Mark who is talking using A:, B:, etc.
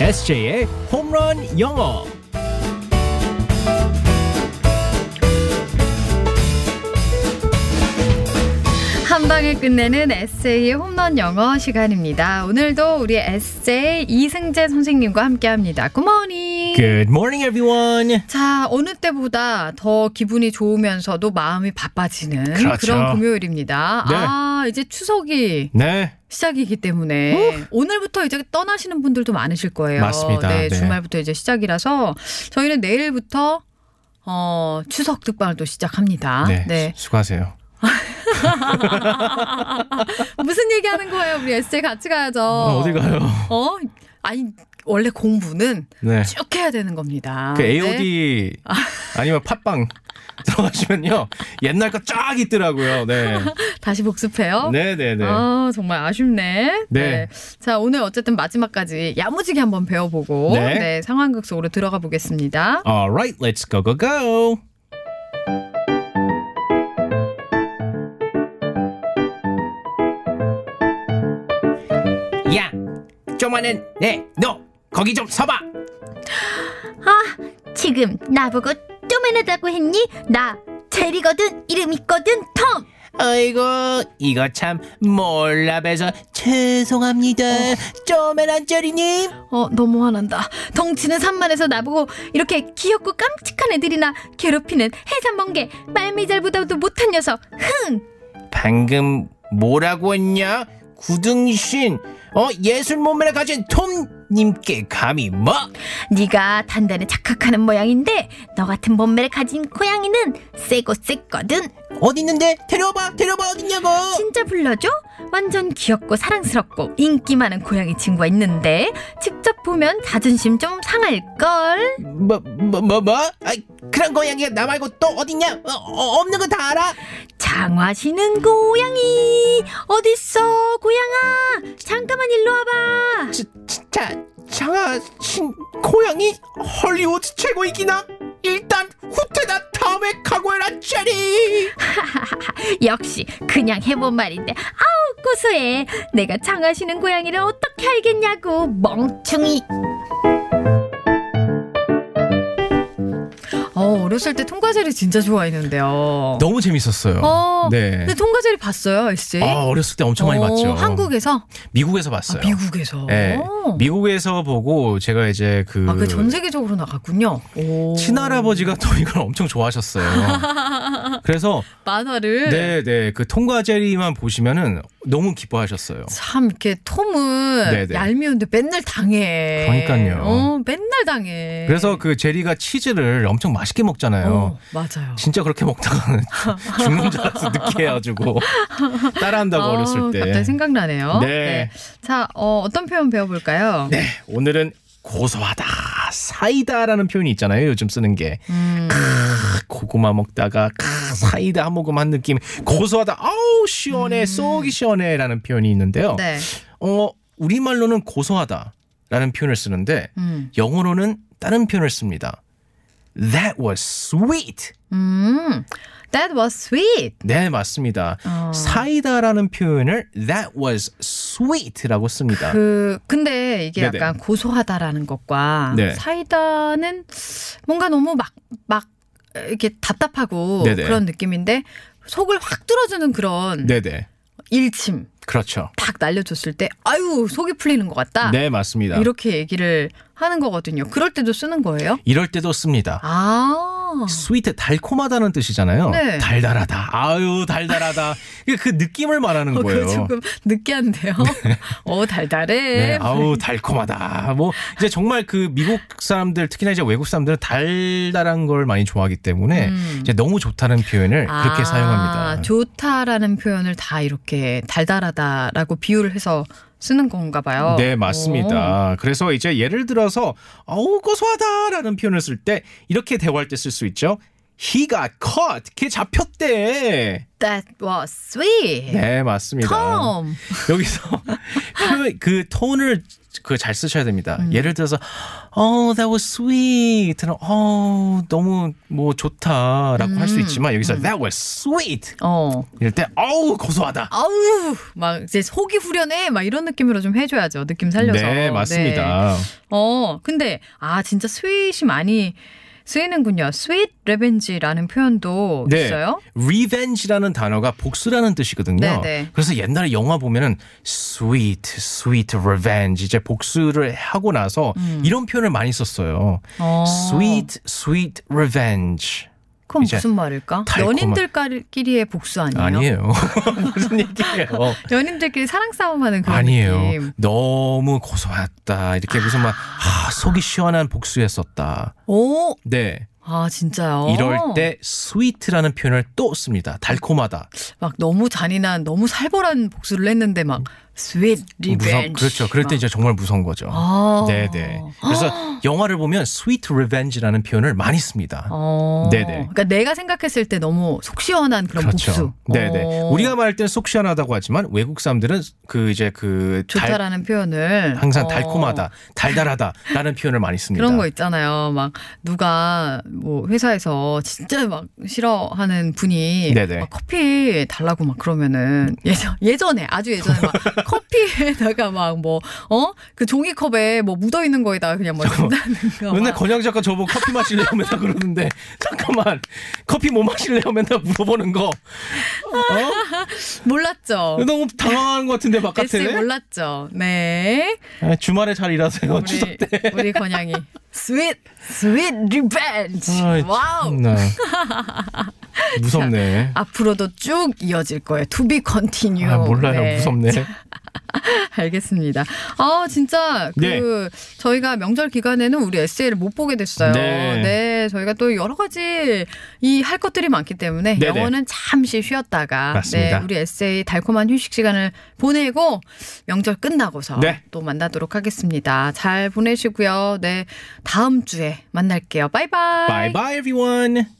A: SJ의 홈런 영어.
B: 한 방에 끝내는 에세이의 홈런 영어 시간입니다. 오늘도 우리 에세이 이승재 선생님과 함께합니다. 굿모닝.
A: Good morning, everyone.
B: 자, 어느 때보다 더 기분이 좋으면서도 마음이 바빠지는
A: 그렇죠.
B: 그런 금요일입니다.
A: 네.
B: 아, 이제 추석이
A: 네,
B: 시작이기 때문에 오늘부터 이제 떠나시는 분들도 많으실 거예요.
A: 맞습니다. 네.
B: 네, 주말부터 이제 시작이라서 저희는 내일부터 어, 추석 특방을 또 시작합니다.
A: 네,
B: 네.
A: 수- 수고하세요.
B: 무슨 얘기 하는 거예요? 우리 에세이 같이 가야죠.
A: 어. 디 가요?
B: 어? 아니 원래 공부는
A: 네,
B: 쭉 해야 되는 겁니다.
A: 그
B: 네.
A: AOD 아니면 팟빵 들어가시면요 옛날 거 쫙 있더라고요. 네,
B: 다시 복습해요.
A: 네, 네, 네.
B: 아 정말 아쉽네.
A: 네.
B: 자 오늘 어쨌든 마지막까지 야무지게 한번 배워보고
A: 네.
B: 네, 상황극 속으로 들어가 보겠습니다.
A: Alright, let's go go go. 야, 조만은 네, 너 거기 좀 서봐.
C: 지금 나보고 쪼매나다고 했니? 나 제리거든 이름 있거든 톰
A: 아이고 이거 참 몰라봬서 죄송합니다 쪼매란 쩌리님
B: 어 너무 화난다.
C: 덩치는 산만해서 나보고 이렇게 귀엽고 깜찍한 애들이나 괴롭히는 해산멍게 말미잘보다도 못한 녀석 흥
A: 방금 뭐라고 했냐 구등신 어 예술 몸매를 가진 톰님께 감히 뭐
C: 네가 단단히 착각하는 모양인데 너 같은 몸매를 가진 고양이는 세고 쎘거든
A: 어디 있는데 데려와봐 데려와봐 어딨냐고
C: 진짜 불러줘? 완전 귀엽고 사랑스럽고 인기 많은 고양이 친구가 있는데 직접 보면 자존심 좀 상할걸
A: 뭐 뭐 뭐뭐 아, 그런 고양이가 나 말고 또 어딨냐 어, 어, 없는 거 다 알아
C: 장화시는 고양이 어딨어 고양아 잠깐만 일로 와봐
A: 지- 진짜 장하신 고양이 헐리우드 최고이기나 일단 후퇴다 다음에 각오해라 쩌리
C: 역시 그냥 해본 말인데 아우 고소해 내가 장화시는 고양이를 어떻게 알겠냐고 멍청이
B: 어 어렸을 때 통과제를 진짜 좋아했는데요.
A: 너무 재밌었어요.
B: 어,
A: 네.
B: 근데 통과제를 봤어요, SJ?
A: 아, 어렸을 때 엄청 많이
B: 어,
A: 봤죠.
B: 한국에서?
A: 미국에서
B: 아,
A: 봤어요.
B: 미국에서.
A: 예. 미국에서 보고 제가 이제 그
B: 아, 그 전 세계적으로 나갔군요. 오.
A: 친할아버지가 또 이걸 엄청 좋아하셨어요. 그래서
B: 만화를.
A: 네, 네. 그 통과 제리만 보시면은 너무 기뻐하셨어요.
B: 참 이렇게 톰은
A: 네네.
B: 얄미운데 맨날 당해.
A: 그러니까요.
B: 어, 맨날 당해.
A: 그래서 그 제리가 치즈를 엄청 맛있게 먹잖아요.
B: 네. 어, 맞아요.
A: 진짜 그렇게 먹다가는 죽는 줄 알았어 늦게 해가지고 따라한다고
B: 아우,
A: 어렸을 때.
B: 갑자기 생각나네요.
A: 네.
B: 자, 어, 어떤 표현 배워볼까요?
A: 네, 오늘은 고소하다, 사이다라는 표현이 있잖아요. 요즘 쓰는 게
B: 음,
A: 그 크, 고구마 먹다가 크, 사이다 한 모금 한 느낌 고소하다, 아우 시원해, 속이 시원해라는 표현이 있는데요.
B: 음. 네.
A: 어 우리 말로는 고소하다라는 표현을 쓰는데
B: 음.
A: 영어로는 다른 표현을 씁니다. That was sweet.
B: 음. That was sweet.
A: 네, 맞습니다.
B: 어.
A: 사이다라는 표현을 that was sweet라고 씁니다.
B: 그 근데 이게
A: 네네.
B: 약간 고소하다라는 것과
A: 네.
B: 사이다는 뭔가 너무 막 막 이렇게 답답하고
A: 네네.
B: 그런 느낌인데 속을 확 뚫어주는 그런
A: 네네.
B: 일침
A: 그렇죠.
B: 딱 날려줬을 때 아유 속이 풀리는 것 같다
A: 네, 맞습니다.
B: 이렇게 얘기를 하는 거거든요. 그럴 때도 쓰는 거예요?
A: 이럴 때도 씁니다.
B: 아
A: 음. 스위트 달콤하다는 뜻이잖아요.
B: 네.
A: 달달하다. 아유 달달하다. 이게 그 느낌을 말하는
B: 어,
A: 거예요.
B: 그거 조금 느끼한데요. 어 달달해.
A: 네, 아우 달콤하다. 뭐 이제 정말 그 미국 사람들 특히나 이제 외국 사람들은 달달한 걸 많이 좋아하기 때문에
B: 음.
A: 이제 너무 좋다는 표현을 네, 그렇게
B: 아,
A: 사용합니다.
B: 좋다라는 표현을 다 이렇게 달달하다라고 비유를 해서 쓰는 건가 봐요.
A: 네, 맞습니다. 그래서 이제 예를 들어서 어우 고소하다라는 표현을 쓸 때 이렇게 대화할 때 쓸 수 있죠. He got caught. 걔 잡혔대.
B: That was sweet.
A: 네, 맞습니다.
B: Tom.
A: 여기서 표현- 그 톤을 그 잘 쓰셔야 됩니다.
B: 음.
A: 예를 들어서 oh that was sweet는 oh 너무 뭐 좋다라고 할
B: 음.
A: 수 있지만 여기서 that was sweet
B: 어.
A: 이럴 때 어우 고소하다.
B: 아우 막 이제 속이 후련해 막 이런 느낌으로 좀 해줘야죠 느낌 살려서
A: 네, 맞습니다.
B: 네. 어 근데 아 진짜 스윗이 많이 쓰이는군요 스윗 레벤지라는 표현도
A: 네.
B: 있어요
A: revenge라는 단어가 복수라는 뜻이거든요.
B: 네, 네.
A: 그래서 옛날에 영화 보면은 sweet, sweet revenge 이제 복수를 하고 나서 이런 표현을 많이 썼어요.
B: 음. 어.
A: sweet, sweet revenge.
B: 그건
A: 이제
B: 무슨 말일까
A: 달콤한-
B: 연인들끼리의 복수 아니에요
A: 아니에요. 무슨 얘기예요?
B: 연인들끼리 사랑 싸움하는 그런
A: 아니에요.
B: 느낌
A: 너무 고소했다. 이렇게 무슨 막 아, 속이 시원한 복수했었다.
B: 오아
A: 네.
B: 진짜요
A: 이럴 때 sweet라는 표현을 또 씁니다. 달콤하다.
B: 막 너무 잔인한 너무 살벌한 복수를 했는데 막 스윗 리벤지
A: 무서 그렇죠. 그럴 때 이제 정말 무서운 거죠.
B: 아.
A: 네네. 그래서 영화를 보면 sweet revenge라는 표현을 많이 씁니다.
B: 어.
A: 네네.
B: 그러니까 내가 생각했을 때 너무 속 시원한 그런 복수.
A: 그렇죠. 네네.
B: 어.
A: 우리가 말할 땐 속 시원하다고 하지만 외국 사람들은 그 이제 그 달-
B: 좋다라는 표현을
A: 항상
B: 어.
A: 달콤하다, 달달하다라는 표현을 많이 씁니다.
B: 그런 거 있잖아요. 막 누가 뭐 회사에서 진짜 막 싫어하는 분이
A: 네네. 음.
B: 막 커피 달라고 막 그러면은 예전 예전에 아주 예전에 막 커피에다가 막 뭐 어 그 종이컵에 뭐 묻어 있는 거에다가 그냥 뭐 준다는 거.
A: 맨날
B: 막.
A: 권양 작가 저보고 커피 마실래요? 맨날 그러는데 잠깐만 커피 뭐 마실래요? 맨날 물어보는 거 어?
B: 몰랐죠.
A: 너무 당황하는 것 같은데
B: 에스
A: 바깥에
B: 몰랐죠. 네.
A: 아, 주말에 잘 일하세요 추석
B: 우리, 우리 권양이 스윗 스윗 리벤지
A: 아이,
B: 와우
A: 참나. 무섭네
B: 앞으로도 쭉 이어질 거예요 To be continue
A: 아, 몰라요
B: 네.
A: 무섭네
B: 알겠습니다 아 진짜 그
A: 네.
B: 저희가 명절 기간에는 우리 에세이를 못 보게 됐어요
A: 네.
B: 저희가 또 여러 가지 이 할 것들이 많기 때문에
A: 네네.
B: 영어는 잠시 쉬었다가
A: 맞습니다.
B: 네, 우리 에세이 달콤한 휴식 시간을 보내고 명절 끝나고서
A: 네.
B: 또 만나도록 하겠습니다 잘 보내시고요 네 다음 주에 만날게요 바이바이
A: Bye bye everyone